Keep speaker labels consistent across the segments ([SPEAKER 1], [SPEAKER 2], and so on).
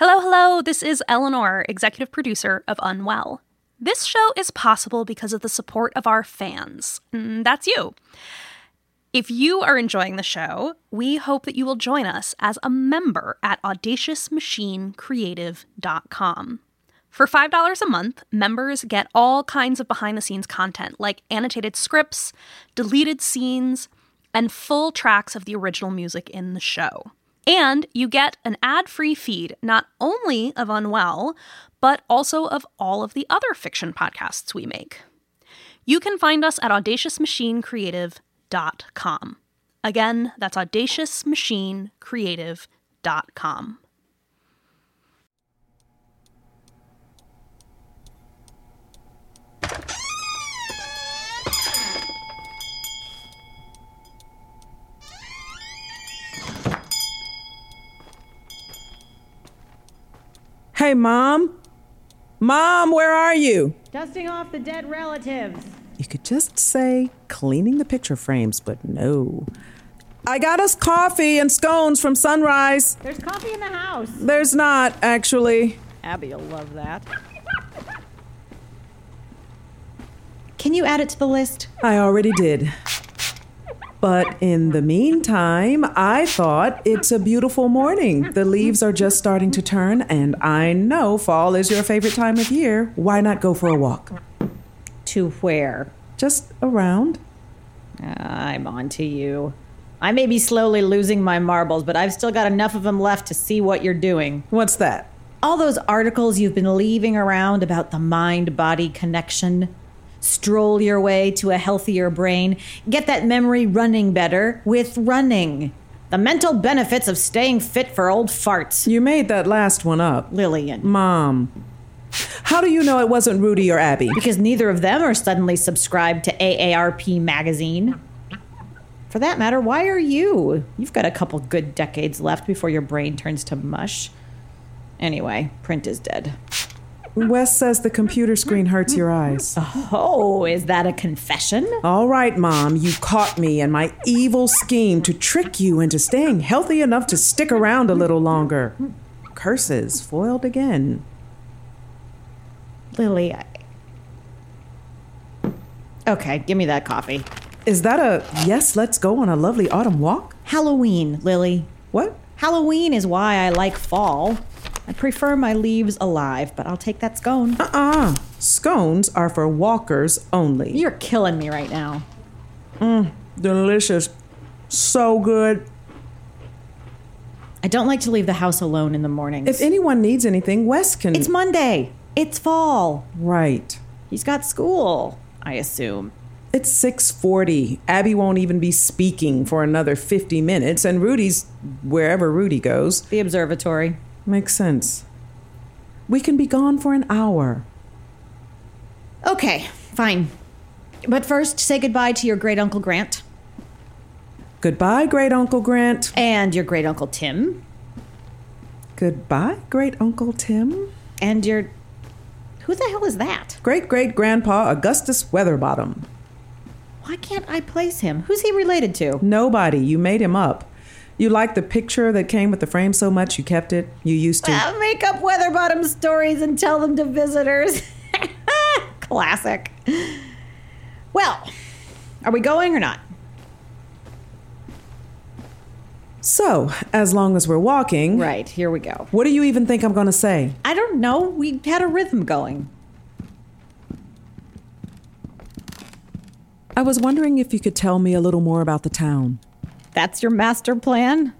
[SPEAKER 1] Hello, hello. This is Eleanor, executive producer of Unwell. This show is possible because of the support of our fans. and that's you. If you are enjoying the show, we hope that you will join us as a member at audaciousmachinecreative.com. For $5 a month, members get all kinds of behind the scenes content like annotated scripts, deleted scenes, and full tracks of the original music in the show. And you get an ad free feed not only of Unwell, but also of all of the other fiction podcasts we make. You can find us at audaciousmachinecreative.com. Again, that's audaciousmachinecreative.com.
[SPEAKER 2] Hey, Mom. Mom, where are you?
[SPEAKER 3] Dusting off the dead relatives.
[SPEAKER 2] You could just say cleaning the picture frames, but no. I got us coffee and scones from Sunrise.
[SPEAKER 3] There's coffee in the house.
[SPEAKER 2] There's not, actually.
[SPEAKER 3] Abby will love that.
[SPEAKER 4] Can you add it to the list?
[SPEAKER 2] I already did. But in the meantime, I thought it's a beautiful morning. The leaves are just starting to turn, and I know fall is your favorite time of year. Why not go for a walk?
[SPEAKER 3] To where? Ah,
[SPEAKER 2] Just around.
[SPEAKER 3] I'm on to you. I may be slowly losing my marbles, but I've still got enough of them left to see what you're doing.
[SPEAKER 2] What's that?
[SPEAKER 3] All those articles you've been leaving around about the mind body connection. Stroll your way to a healthier brain. Get that memory running better with running. The mental benefits of staying fit for old farts.
[SPEAKER 2] You made that last one up.
[SPEAKER 3] Lillian.
[SPEAKER 2] Mom. How do you know it wasn't Rudy or Abby?
[SPEAKER 3] Because neither of them are suddenly subscribed to AARP magazine. For that matter, why are you? You've got a couple good decades left before your brain turns to mush. Anyway, print is dead.
[SPEAKER 2] Wes says the computer screen hurts your eyes.
[SPEAKER 3] Oh, is that a confession?
[SPEAKER 2] All right, Mom, you caught me in my evil scheme to trick you into staying healthy enough to stick around a little longer. Curses foiled again.
[SPEAKER 3] Lily, I. Okay, give me that coffee.
[SPEAKER 2] Is that a yes, let's go on a lovely autumn walk?
[SPEAKER 3] Halloween, Lily.
[SPEAKER 2] What?
[SPEAKER 3] Halloween is why I like fall. I prefer my leaves alive, but I'll take that scone.
[SPEAKER 2] Uh uh Scones are for walkers only.
[SPEAKER 3] You're killing me right now.
[SPEAKER 2] Delicious. So good.
[SPEAKER 3] I don't like to leave the house alone in the mornings.
[SPEAKER 2] If anyone needs anything, Wes can.
[SPEAKER 3] it's Monday. It's fall.
[SPEAKER 2] right.
[SPEAKER 3] He's got school, I assume.
[SPEAKER 2] It's 6:40. Abby won't even be speaking for another 50 minutes and Rudy's wherever Rudy goes.
[SPEAKER 3] The observatory.
[SPEAKER 2] Makes sense. We can be gone for an hour.
[SPEAKER 3] Okay, fine. But first, say goodbye to your great uncle Grant
[SPEAKER 2] Goodbye, great uncle Grant.
[SPEAKER 3] and your great uncle Tim
[SPEAKER 2] Goodbye, great uncle Tim.
[SPEAKER 3] and your. Who the hell is that?
[SPEAKER 2] Great great grandpa Augustus Weatherbottom.
[SPEAKER 3] Why can't I place him? Who's he related to?
[SPEAKER 2] Nobody, you made him up. You liked the picture that came with the frame so much you kept it. You used to.
[SPEAKER 3] Uh, make up Weatherbottom stories and tell them to visitors. Classic. Well, are we going or not?
[SPEAKER 2] So, as long as we're walking,
[SPEAKER 3] Right, here we go.
[SPEAKER 2] what do you even think I'm going to say?
[SPEAKER 3] I don't know. We had a rhythm going.
[SPEAKER 2] I was wondering if you could tell me a little more about the town.
[SPEAKER 3] That's your master plan?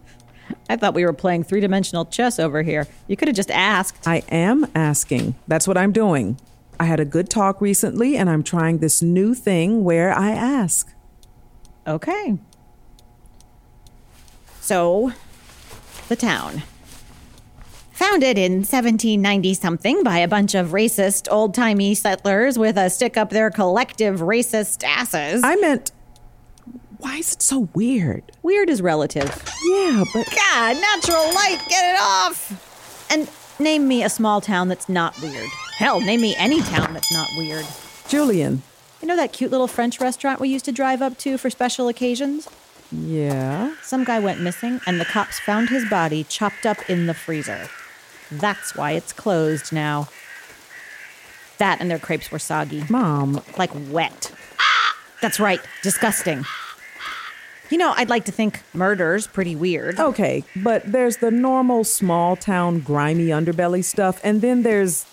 [SPEAKER 3] I thought we were playing three dimensional chess over here. You could have just asked.
[SPEAKER 2] I am asking. That's what I'm doing. I had a good talk recently, and I'm trying this new thing where I ask.
[SPEAKER 3] Okay. So, the town.
[SPEAKER 4] Founded in 1790 something by a bunch of racist, old timey settlers with a stick up their collective racist asses.
[SPEAKER 2] I meant, why is it so weird?
[SPEAKER 3] Weird is relative.
[SPEAKER 2] Yeah, but
[SPEAKER 4] God, natural light, get it off!
[SPEAKER 3] And name me a small town that's not weird. Hell, name me any town that's not weird.
[SPEAKER 2] Julian.
[SPEAKER 3] You know that cute little French restaurant we used to drive up to for special occasions?
[SPEAKER 2] Yeah.
[SPEAKER 3] Some guy went missing, and the cops found his body chopped up in the freezer. That's why it's closed now. That and their crepes were soggy.
[SPEAKER 2] Mom,
[SPEAKER 3] like wet. That's right, disgusting. You know, I'd like to think murder's pretty weird.
[SPEAKER 2] Okay, but there's the normal small town grimy underbelly stuff, and then there's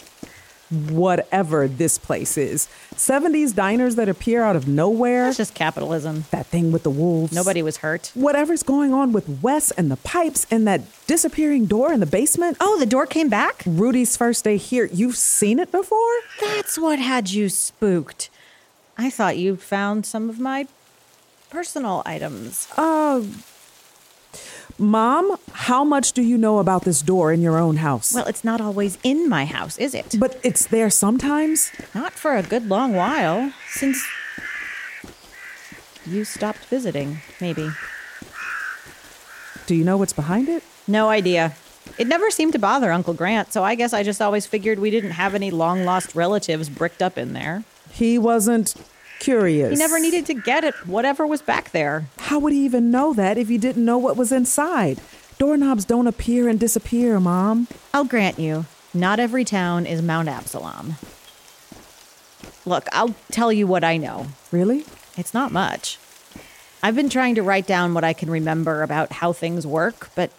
[SPEAKER 2] whatever this place is 70s diners that appear out of nowhere,
[SPEAKER 3] That's just capitalism.
[SPEAKER 2] that thing with the wolves.
[SPEAKER 3] Nobody was hurt.
[SPEAKER 2] Whatever's going on with Wes and the pipes and that disappearing door in the basement.
[SPEAKER 3] Oh, the door came back?
[SPEAKER 2] Rudy's first day here. You've seen it before?
[SPEAKER 3] That's what had you spooked. I thought you found some of my personal items.
[SPEAKER 2] Mom, how much do you know about this door in your own house?
[SPEAKER 3] Well, it's not always in my house, is it?
[SPEAKER 2] but it's there sometimes.
[SPEAKER 3] Not for a good long while, since you stopped visiting, maybe.
[SPEAKER 2] Do you know what's behind it?
[SPEAKER 3] No idea. It never seemed to bother Uncle Grant, so I guess I just always figured we didn't have any long lost relatives bricked up in there.
[SPEAKER 2] He wasn't curious.
[SPEAKER 3] He never needed to get at whatever was back there.
[SPEAKER 2] How would he even know that if he didn't know what was inside? Doorknobs don't appear and disappear, Mom.
[SPEAKER 3] I'll grant you, not every town is Mount Absalom. Look, I'll tell you what I know.
[SPEAKER 2] Really?
[SPEAKER 3] It's not much. I've been trying to write down what I can remember about how things work, but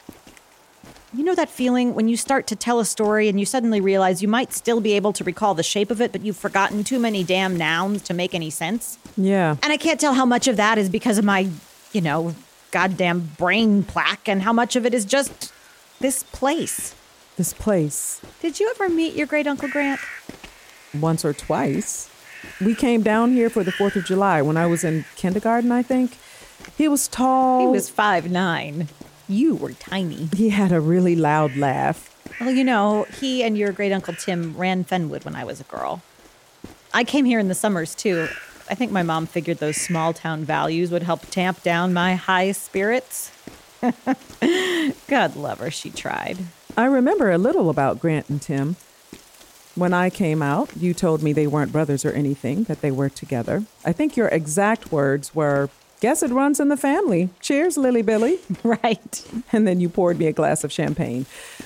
[SPEAKER 3] you know that feeling when you start to tell a story and you suddenly realize you might still be able to recall the shape of it, but you've forgotten too many damn nouns to make any sense?
[SPEAKER 2] Yeah.
[SPEAKER 3] And I can't tell how much of that is because of my, you know, goddamn brain plaque and how much of it is just this place.
[SPEAKER 2] This place,
[SPEAKER 3] Did you ever meet your great uncle Grant?
[SPEAKER 2] once or twice. We came down here for the 4th of July when I was in kindergarten, I think. He was tall.
[SPEAKER 3] He was five nine. You were tiny.
[SPEAKER 2] He had a really loud laugh.
[SPEAKER 3] Well, you know, he and your great uncle Tim ran Fenwood when I was a girl. I came here in the summers too. I think my mom figured those small town values would help tamp down my high spirits. God love her, she tried.
[SPEAKER 2] I remember a little about Grant and Tim. When I came out, you told me they weren't brothers or anything, that they were together. I think your exact words were, Guess it runs in the family. Cheers, Lily Billy.
[SPEAKER 3] Right.
[SPEAKER 2] And then you poured me a glass of champagne,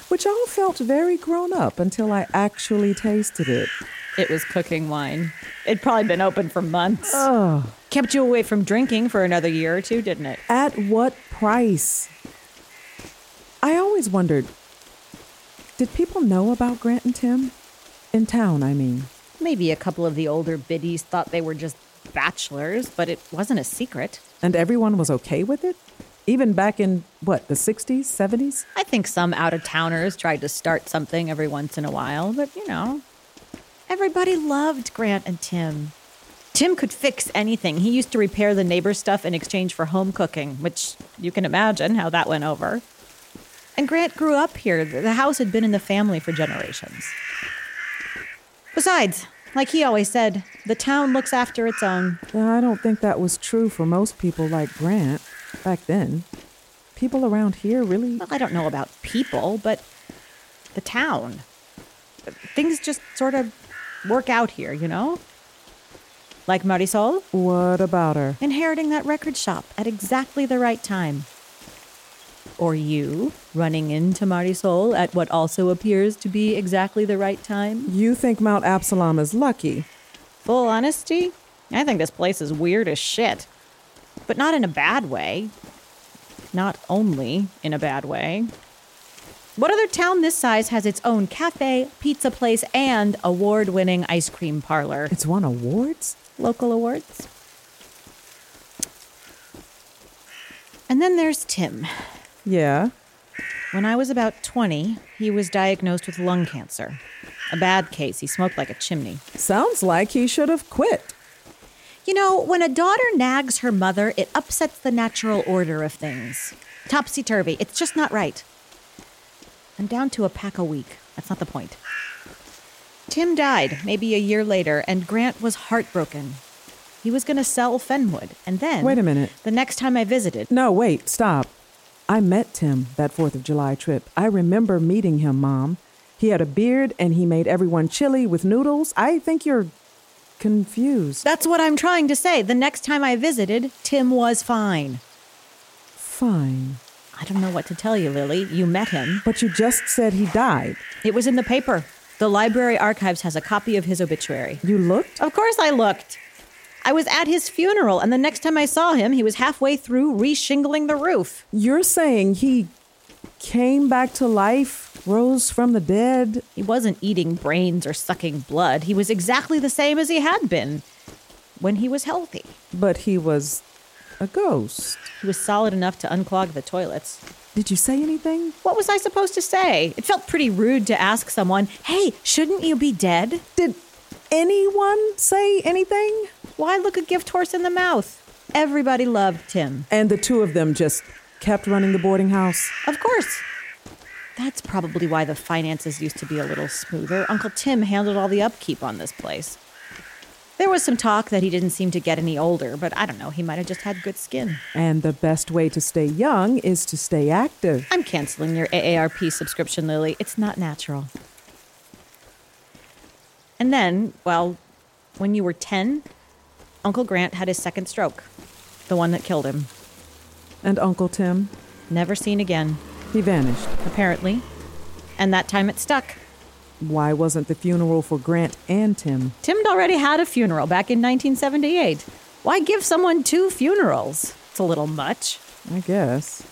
[SPEAKER 2] which all felt very grown up until I actually tasted it.
[SPEAKER 3] It was cooking wine. It'd probably been open for months. Kept you away from drinking for another year or two, didn't it?
[SPEAKER 2] At what price? I always wondered did people know about Grant and Tim? In town, I mean.
[SPEAKER 3] Maybe a couple of the older biddies thought they were just bachelors, but it wasn't a secret.
[SPEAKER 2] And everyone was okay with it? Even back in, what, the 60s, 70s?
[SPEAKER 3] I think some out of towners tried to start something every once in a while, but you know. Everybody loved Grant and Tim. Tim could fix anything. He used to repair the neighbor's stuff in exchange for home cooking, which you can imagine how that went over. And Grant grew up here. The the house had been in the family for generations. Besides, like he always said, the town looks after its own.
[SPEAKER 2] Yeah, I don't think that was true for most people like Grant back then. People around here really.
[SPEAKER 3] well, I don't know about people, but the town. Things just sort of work out here, you know? Like Marisol
[SPEAKER 2] What about her?
[SPEAKER 3] inheriting that record shop at exactly the right time. Or you running into Marisol at what also appears to be exactly the right time.
[SPEAKER 2] You think Mount Absalom is lucky?
[SPEAKER 3] Full honesty, I think this place is weird as shit. But not in a bad way. not only in a bad way. What other town this size has its own cafe, pizza place, and award winning ice cream parlor?
[SPEAKER 2] It's won awards?
[SPEAKER 3] Local awards?
[SPEAKER 4] And then there's Tim.
[SPEAKER 2] Yeah.
[SPEAKER 3] When I was about 20, he was diagnosed with lung cancer. A bad case. He smoked like a chimney.
[SPEAKER 2] Sounds like he should have quit.
[SPEAKER 3] You know, when a daughter nags her mother, it upsets the natural order of things. Topsy turvy. It's just not right. I'm down to a pack a week. That's not the point. Tim died maybe a year later, and Grant was heartbroken. He was going to sell Fenwood, and then.
[SPEAKER 2] Wait a minute.
[SPEAKER 3] The next time I visited,
[SPEAKER 2] No, wait, stop. I met Tim that 4th of July trip. I remember meeting him, Mom. He had a beard and he made everyone chili with noodles. I think you're confused.
[SPEAKER 3] that's what I'm trying to say. The next time I visited, Tim was fine.
[SPEAKER 2] Fine.
[SPEAKER 3] I don't know what to tell you, Lily. You met him.
[SPEAKER 2] But you just said he died.
[SPEAKER 3] It was in the paper. The library archives has a copy of his obituary.
[SPEAKER 2] You looked?
[SPEAKER 3] Of course I looked. I was at his funeral, and the next time I saw him, he was halfway through reshingling the roof.
[SPEAKER 2] You're saying he came back to life, rose from the dead?
[SPEAKER 3] He wasn't eating brains or sucking blood. He was exactly the same as he had been when he was healthy.
[SPEAKER 2] But he was a ghost.
[SPEAKER 3] He was solid enough to unclog the toilets.
[SPEAKER 2] Did you say anything?
[SPEAKER 3] What was I supposed to say? It felt pretty rude to ask someone, hey, shouldn't you be dead?
[SPEAKER 2] Did anyone say anything?
[SPEAKER 3] Why look a gift horse in the mouth? Everybody loved Tim.
[SPEAKER 2] And the two of them just kept running the boarding house.
[SPEAKER 3] Of course. That's probably why the finances used to be a little smoother. Uncle Tim handled all the upkeep on this place. There was some talk that he didn't seem to get any older, but I don't know, he might have just had good skin.
[SPEAKER 2] And the best way to stay young is to stay active.
[SPEAKER 3] I'm canceling your AARP subscription, Lily. It's not natural. And then, well, when you were 10, Uncle Grant had his second stroke, the one that killed him.
[SPEAKER 2] And Uncle Tim,
[SPEAKER 3] Never seen again,
[SPEAKER 2] he vanished.
[SPEAKER 3] apparently. And that time it stuck.
[SPEAKER 2] Why wasn't the funeral for Grant and Tim?
[SPEAKER 3] Tim had already had a funeral back in 1978. Why give someone two funerals? It's a little much.
[SPEAKER 2] I guess.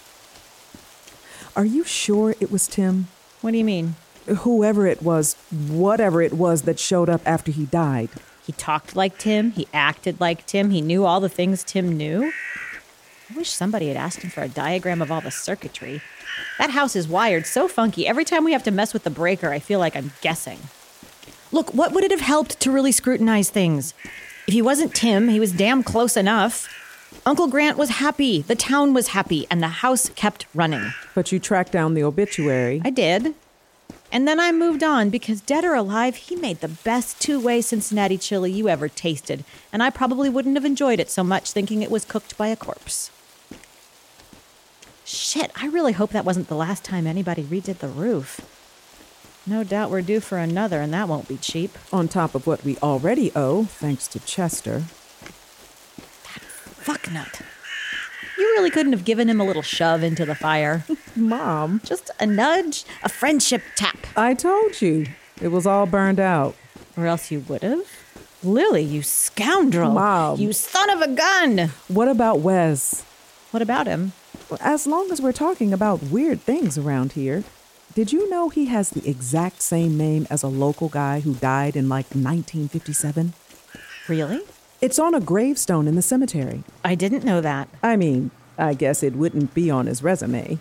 [SPEAKER 2] Are you sure it was Tim?
[SPEAKER 3] What do you mean?
[SPEAKER 2] Whoever it was, whatever it was that showed up after he died.
[SPEAKER 3] He talked like Tim, he acted like Tim, he knew all the things Tim knew. I wish somebody had asked him for a diagram of all the circuitry. That house is wired so funky. Every time we have to mess with the breaker, I feel like I'm guessing. Look, what would it have helped to really scrutinize things? If he wasn't Tim, he was damn close enough. Uncle Grant was happy, the town was happy, and the house kept running.
[SPEAKER 2] But you tracked down the obituary.
[SPEAKER 3] I did. And then I moved on because dead or alive, he made the best two way Cincinnati chili you ever tasted. And I probably wouldn't have enjoyed it so much thinking it was cooked by a corpse. Shit, I really hope that wasn't the last time anybody redid the roof. No doubt we're due for another, and that won't be cheap.
[SPEAKER 2] on top of what we already owe, thanks to Chester.
[SPEAKER 3] Fuck nut. You really couldn't have given him a little shove into the fire.
[SPEAKER 2] Mom,
[SPEAKER 3] Just a nudge, a friendship tap.
[SPEAKER 2] I told you it was all burned out.
[SPEAKER 3] Or else you would have. Lily, you scoundrel.
[SPEAKER 2] Mom.
[SPEAKER 3] You son of a gun.
[SPEAKER 2] What about Wes?
[SPEAKER 3] What about him?
[SPEAKER 2] Well, As long as we're talking about weird things around here, did you know he has the exact same name as a local guy who died in like 1957?
[SPEAKER 3] Really?
[SPEAKER 2] It's on a gravestone in the cemetery.
[SPEAKER 3] I didn't know that.
[SPEAKER 2] I mean, I guess it wouldn't be on his resume.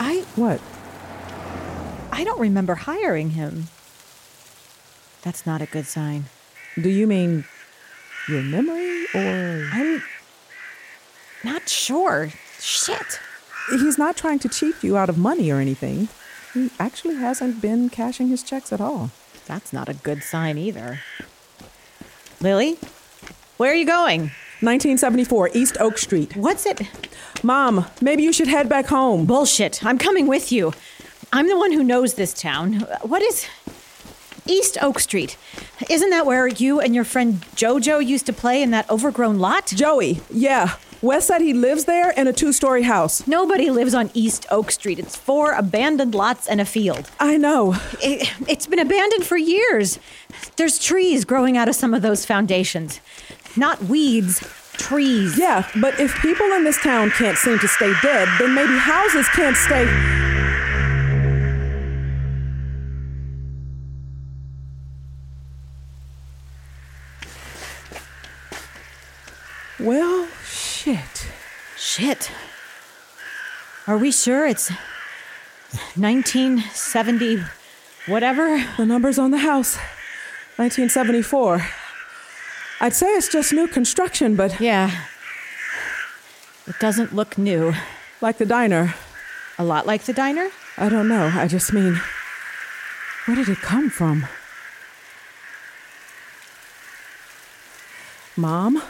[SPEAKER 3] I
[SPEAKER 2] What?
[SPEAKER 3] I don't remember hiring him. That's not a good sign.
[SPEAKER 2] Do you mean your memory or.
[SPEAKER 3] I'm not sure. Shit.
[SPEAKER 2] He's not trying to cheat you out of money or anything. He actually hasn't been cashing his checks at all.
[SPEAKER 3] That's not a good sign either. Lily, where are you going?
[SPEAKER 2] 1974, East Oak Street.
[SPEAKER 3] What's it?
[SPEAKER 2] Mom, maybe you should head back home.
[SPEAKER 3] Bullshit. I'm coming with you. I'm the one who knows this town. What is East Oak Street? Isn't that where you and your friend Jojo used to play in that overgrown lot?
[SPEAKER 2] Joey, yeah. Wes said he lives there in a two story house.
[SPEAKER 3] Nobody lives on East Oak Street. It's four abandoned lots and a field.
[SPEAKER 2] I know.
[SPEAKER 3] It, has been abandoned for years. There's trees growing out of some of those foundations. Not weeds, trees.
[SPEAKER 2] Yeah, but if people in this town can't seem to stay dead, then maybe houses can't stay. Well, shit.
[SPEAKER 3] Shit. Are we sure it's 1970 whatever?
[SPEAKER 2] The number's on the house 1974. I'd say it's just new construction, but
[SPEAKER 3] Yeah. It doesn't look new.
[SPEAKER 2] like the diner,
[SPEAKER 3] A lot like the diner?
[SPEAKER 2] I don't know. I just mean, where did it come from? Mom,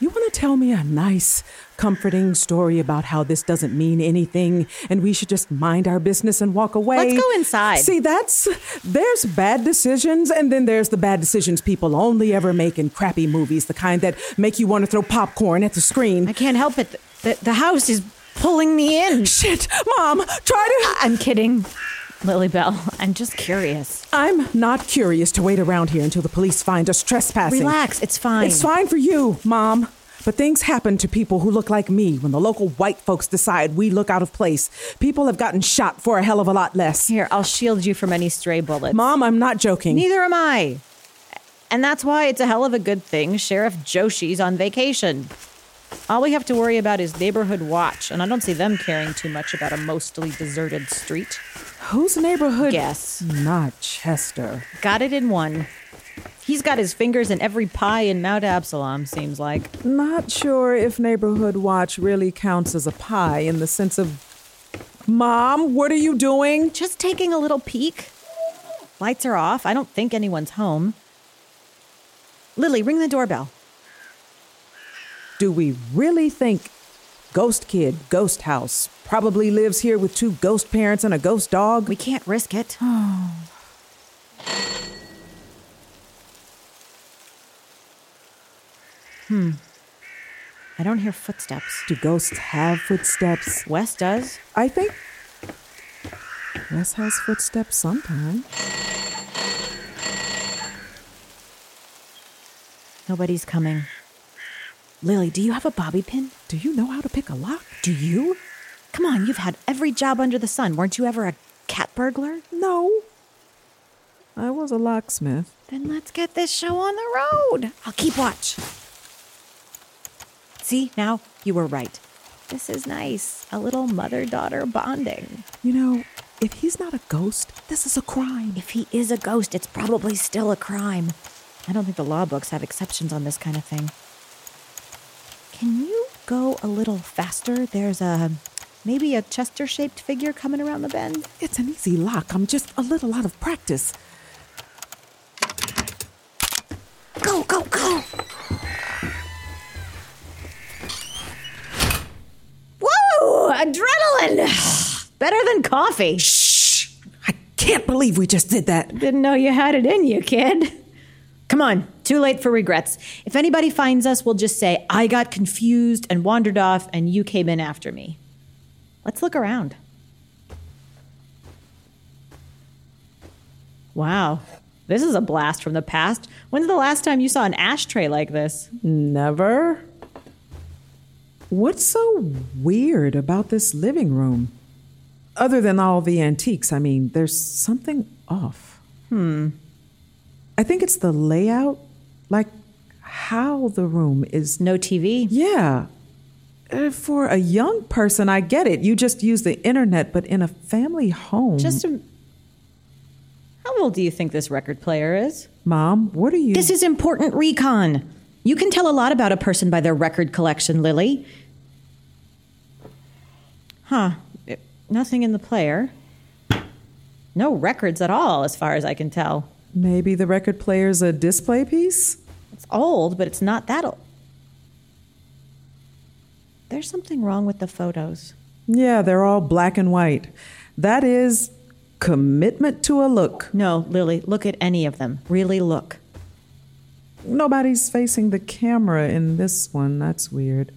[SPEAKER 2] you want to tell me a nice, comforting story about how this doesn't mean anything and we should just mind our business and walk away?
[SPEAKER 3] Let's go inside.
[SPEAKER 2] See, that's there's bad decisions and then there's the bad decisions people only ever make in crappy movies, the kind that make you want to throw popcorn at the screen.
[SPEAKER 3] I can't help it. The, the house is pulling me in.
[SPEAKER 2] Shit, Mom, try to
[SPEAKER 3] I'm kidding, Lily Bell. I'm just curious.
[SPEAKER 2] I'm not curious to wait around here until the police find us trespassing.
[SPEAKER 3] Relax, it's fine.
[SPEAKER 2] It's fine for you, Mom. But things happen to people who look like me when the local white folks decide we look out of place. People have gotten shot for a hell of a lot less.
[SPEAKER 3] Here, I'll shield you from any stray bullets.
[SPEAKER 2] Mom, I'm not joking.
[SPEAKER 3] Neither am I. And that's why it's a hell of a good thing Sheriff Joshi's on vacation. All we have to worry about is neighborhood watch, and I don't see them caring too much about a mostly deserted street.
[SPEAKER 2] Whose neighborhood?
[SPEAKER 3] Guess.
[SPEAKER 2] Not Chester.
[SPEAKER 3] Got it in one. He's got his fingers in every pie in Mount Absalom, seems like.
[SPEAKER 2] Not sure if Neighborhood Watch really counts as a pie in the sense of. Mom, what are you doing?
[SPEAKER 3] Just taking a little peek. Lights are off. I don't think anyone's home. Lily, ring the doorbell.
[SPEAKER 2] Do we really think ghost kid, ghost house, probably lives here with two ghost parents and a ghost dog?
[SPEAKER 3] We can't risk it. hmm. I don't hear footsteps.
[SPEAKER 2] Do ghosts have footsteps?
[SPEAKER 3] Wes does.
[SPEAKER 2] I think Wes has footsteps sometime.
[SPEAKER 3] Nobody's coming. Lily, do you have a bobby pin?
[SPEAKER 2] Do you know how to pick a lock?
[SPEAKER 3] Do you? Come on, you've had every job under the sun. Weren't you ever a cat burglar?
[SPEAKER 2] No. I was a locksmith.
[SPEAKER 3] Then let's get this show on the road. I'll keep watch. See, now you were right. This is nice. A little mother daughter bonding.
[SPEAKER 2] You know, if he's not a ghost, this is a crime.
[SPEAKER 3] If he is a ghost, it's probably still a crime. I don't think the law books have exceptions on this kind of thing. Can you go a little faster? There's a maybe a Chester shaped figure coming around the bend.
[SPEAKER 2] It's an easy lock. I'm just a little out of practice.
[SPEAKER 3] Go, go, go! Whoa! Adrenaline! Better than coffee.
[SPEAKER 2] Shh! I can't believe we just did that.
[SPEAKER 3] Didn't know you had it in you, kid. Come on, too late for regrets. If anybody finds us, we'll just say, I got confused and wandered off, and you came in after me. Let's look around. Wow, this is a blast from the past. When's the last time you saw an ashtray like this?
[SPEAKER 2] Never. What's so weird about this living room? Other than all the antiques, I mean, there's something off. Hmm. I think it's the layout, like how the room is.
[SPEAKER 3] No TV?
[SPEAKER 2] Yeah. Uh, For a young person, I get it. You just use the internet, but in a family home.
[SPEAKER 3] Just a. How old do you think this record player is?
[SPEAKER 2] Mom, what are you?
[SPEAKER 3] This is important recon. You can tell a lot about a person by their record collection, Lily. Huh. It- Nothing in the player. No records at all, as far as I can tell.
[SPEAKER 2] Maybe the record player's a display piece?
[SPEAKER 3] It's old, but it's not that old. There's something wrong with the photos.
[SPEAKER 2] Yeah, they're all black and white. That is commitment to a look.
[SPEAKER 3] No, Lily, look at any of them. Really look.
[SPEAKER 2] Nobody's facing the camera in this one. That's weird.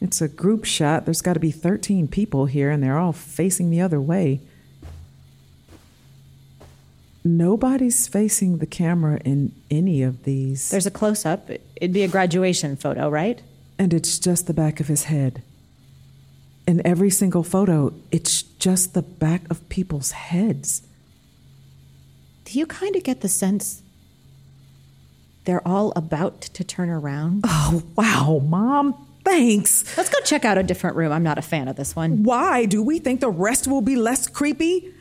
[SPEAKER 2] It's a group shot. There's got to be 13 people here, and they're all facing the other way. Nobody's facing the camera in any of these.
[SPEAKER 3] There's a close up. It'd be a graduation photo, right?
[SPEAKER 2] and it's just the back of his head. In every single photo, it's just the back of people's heads.
[SPEAKER 3] Do you kind of get the sense they're all about to turn around?
[SPEAKER 2] Oh, wow, Mom, thanks.
[SPEAKER 3] Let's go check out a different room. I'm not a fan of this one.
[SPEAKER 2] Why do we think the rest will be less creepy?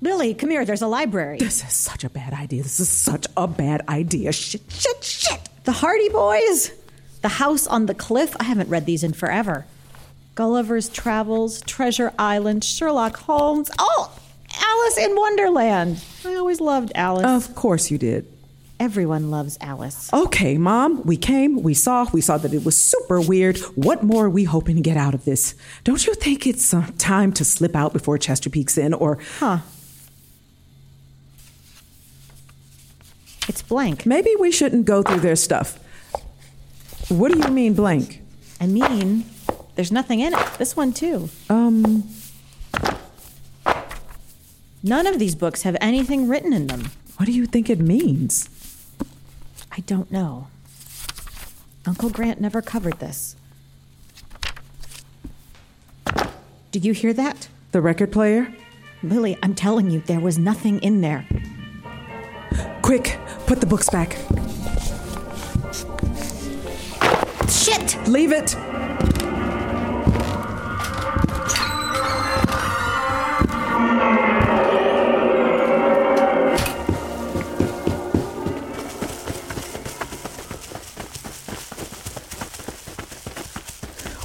[SPEAKER 3] Lily, come here. There's a library.
[SPEAKER 2] This is such a bad idea. This is such a bad idea. Shit, shit, shit.
[SPEAKER 3] The Hardy Boys. The House on the Cliff. I haven't read these in forever. Gulliver's Travels, Treasure Island, Sherlock Holmes. Oh, Alice in Wonderland. I always loved Alice.
[SPEAKER 2] Of course you did.
[SPEAKER 3] Everyone loves Alice.
[SPEAKER 2] Okay, Mom, we came, we saw, we saw that it was super weird. What more are we hoping to get out of this? Don't you think it's uh, time to slip out before Chester peeks in or
[SPEAKER 3] Huh. It's blank.
[SPEAKER 2] Maybe we shouldn't go through their stuff. What do you mean, blank?
[SPEAKER 3] I mean, there's nothing in it. This one, too.
[SPEAKER 2] Um,
[SPEAKER 3] None of these books have anything written in them.
[SPEAKER 2] what do you think it means?
[SPEAKER 3] I don't know. Uncle Grant never covered this. Do you hear that?
[SPEAKER 2] The record player?
[SPEAKER 3] Lily, I'm telling you, there was nothing in there.
[SPEAKER 2] Quick, put the books back.
[SPEAKER 3] Shit!
[SPEAKER 2] Leave it.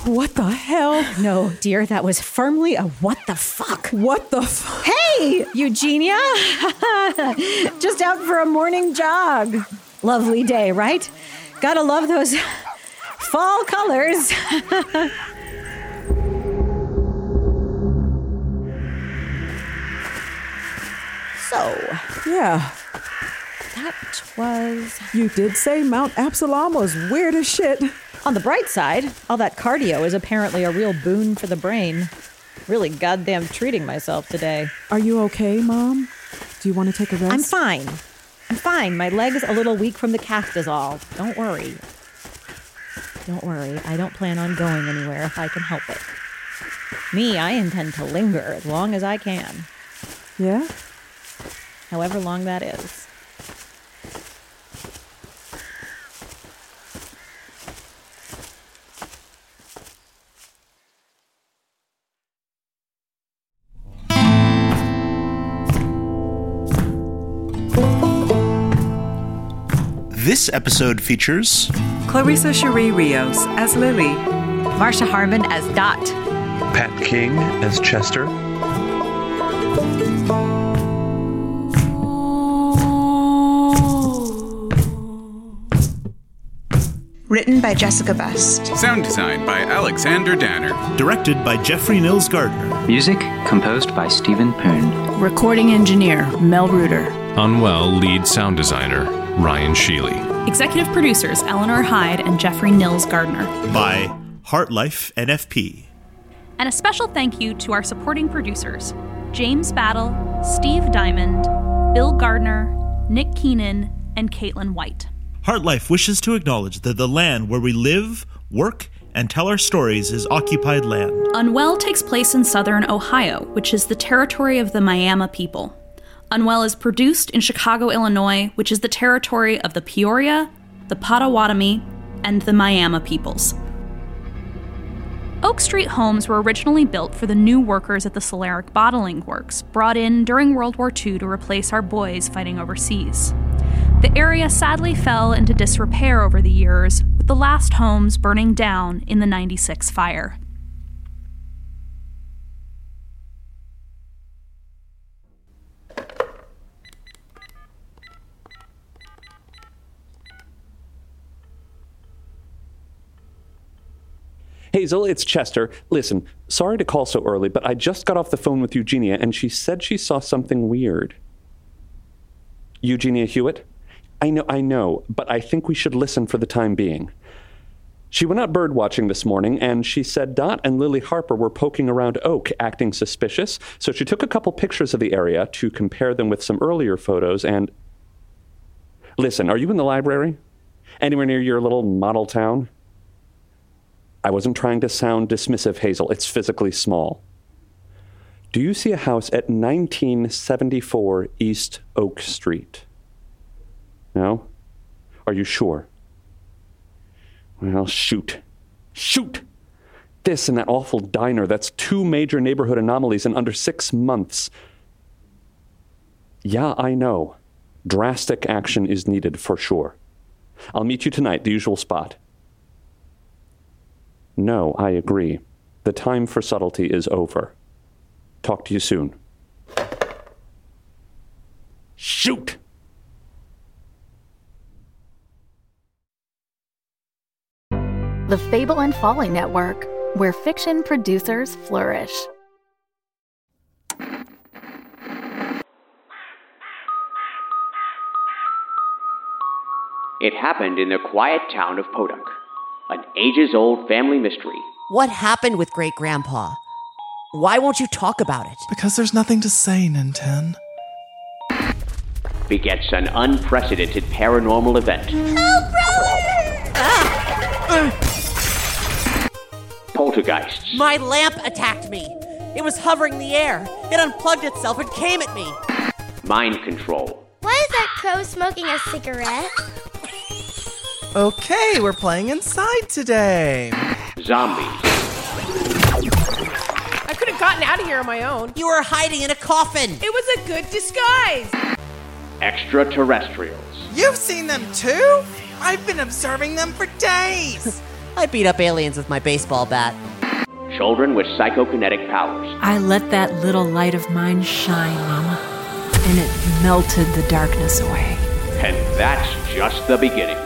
[SPEAKER 2] What the hell?
[SPEAKER 3] No, dear, that was firmly a what the fuck.
[SPEAKER 2] What the f-
[SPEAKER 3] Hey, Eugenia! Just out for a morning jog. Lovely day, right? Gotta love those fall colors. so,
[SPEAKER 2] Yeah,
[SPEAKER 3] that was.
[SPEAKER 2] you did say Mount Absalom was weird as shit.
[SPEAKER 3] On the bright side, all that cardio is apparently a real boon for the brain. Really goddamn treating myself today.
[SPEAKER 2] Are you okay, Mom? Do you want to take a rest?
[SPEAKER 3] I'm fine. I'm fine. My leg's a little weak from the cast is all. Don't worry. Don't worry. I don't plan on going anywhere if I can help it. Me, I intend to linger as long as I can,
[SPEAKER 2] Yeah?
[SPEAKER 3] however long that is.
[SPEAKER 5] This episode features
[SPEAKER 1] Clarissa Cherie Rios as Lily,
[SPEAKER 6] Marsha Harmon as Dot.
[SPEAKER 7] Pat King as Chester,
[SPEAKER 8] Written by Jessica Best.
[SPEAKER 9] Sound design by Alexander Danner.
[SPEAKER 5] directed by Jeffrey Nils Gardner.
[SPEAKER 10] Music composed by Stephen Poon.
[SPEAKER 8] Recording engineer Mel Reuter.
[SPEAKER 9] Unwell lead sound designer Ryan Sheely.
[SPEAKER 1] executive producers Eleanor Hyde and Jeffrey Nils Gardner.
[SPEAKER 5] By Heartlife NFP.
[SPEAKER 1] And a special thank you to our supporting producers James Battle, Steve Diamond, Bill Gardner, Nick Keenan, and Caitlin White.
[SPEAKER 5] Heartlife wishes to acknowledge that the land where we live, work, and tell our stories is occupied land.
[SPEAKER 1] Unwell takes place in southern Ohio, which is the territory of the Miami people. Unwell is produced in Chicago, Illinois, which is the territory of the Peoria, the Potawatomi, and the Miami peoples. Oak Street homes were originally built for the new workers at the Solaric Bottling Works, brought in during World War II to replace our boys fighting overseas. The area sadly fell into disrepair over the years, with the last homes burning down in the 96 fire.
[SPEAKER 7] Hazel, it's Chester. Listen, sorry to call so early, but I just got off the phone with Eugenia and she said she saw something weird. Eugenia Hewitt? I know, I know, but I think we should listen for the time being. She went out bird watching this morning, and she said Dot and Lily Harper were poking around Oak, acting suspicious. So she took a couple pictures of the area to compare them with some earlier photos. And listen, are you in the library? Anywhere near your little model town? I wasn't trying to sound dismissive, Hazel. It's physically small. Do you see a house at 1974 East Oak Street? No? Are you sure? Well, shoot. Shoot! This and that awful diner. That's two major neighborhood anomalies in under six months. Yeah, I know. Drastic action is needed for sure. I'll meet you tonight, the usual spot. No, I agree. The time for subtlety is over. Talk to you soon. Shoot!
[SPEAKER 11] The Fable and Folly Network, where fiction producers flourish.
[SPEAKER 12] It happened in the quiet town of Podunk, an ages old family mystery.
[SPEAKER 6] What happened with great grandpa? Why won't you talk about it?
[SPEAKER 2] Because there's nothing to say, Ninten.
[SPEAKER 12] Begets an unprecedented paranormal event. Ah! Poltergeist,
[SPEAKER 6] My lamp attacked me. It was hovering in the air. It unplugged itself and came at me.
[SPEAKER 12] mind control,
[SPEAKER 13] Why is that crow smoking a cigarette?
[SPEAKER 2] Okay, we're playing inside today.
[SPEAKER 12] zombies,
[SPEAKER 14] I could have gotten out of here on my own.
[SPEAKER 6] You were hiding in a coffin. It
[SPEAKER 14] was a good disguise.
[SPEAKER 12] extraterrestrials,
[SPEAKER 2] You've seen them too? I've been observing them for days.
[SPEAKER 6] I beat up aliens with my baseball bat.
[SPEAKER 12] children with psychokinetic powers.
[SPEAKER 3] I let that little light of mine shine, Mama, and it melted the darkness away.
[SPEAKER 12] And that's just the beginning.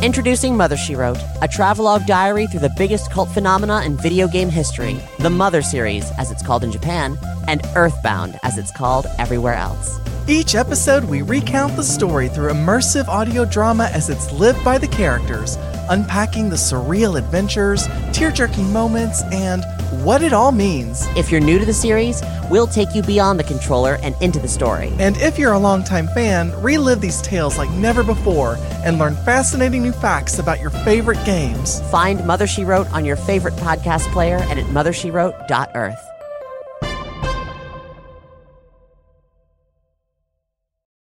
[SPEAKER 6] Introducing Mother She Wrote, a travelogue diary through the biggest cult phenomena in video game history, the Mother series, as it's called in Japan, and Earthbound, as it's called everywhere else.
[SPEAKER 2] Each episode, we recount the story through immersive audio drama as it's lived by the characters, unpacking the surreal adventures, tear jerking moments, and what it all means.
[SPEAKER 6] If you're new to the series, we'll take you beyond the controller and into the story.
[SPEAKER 2] And if you're a longtime fan, relive these tales like never before and learn fascinating new facts about your favorite games.
[SPEAKER 6] Find Mother She Wrote on your favorite podcast player and at mothershewrote.earth.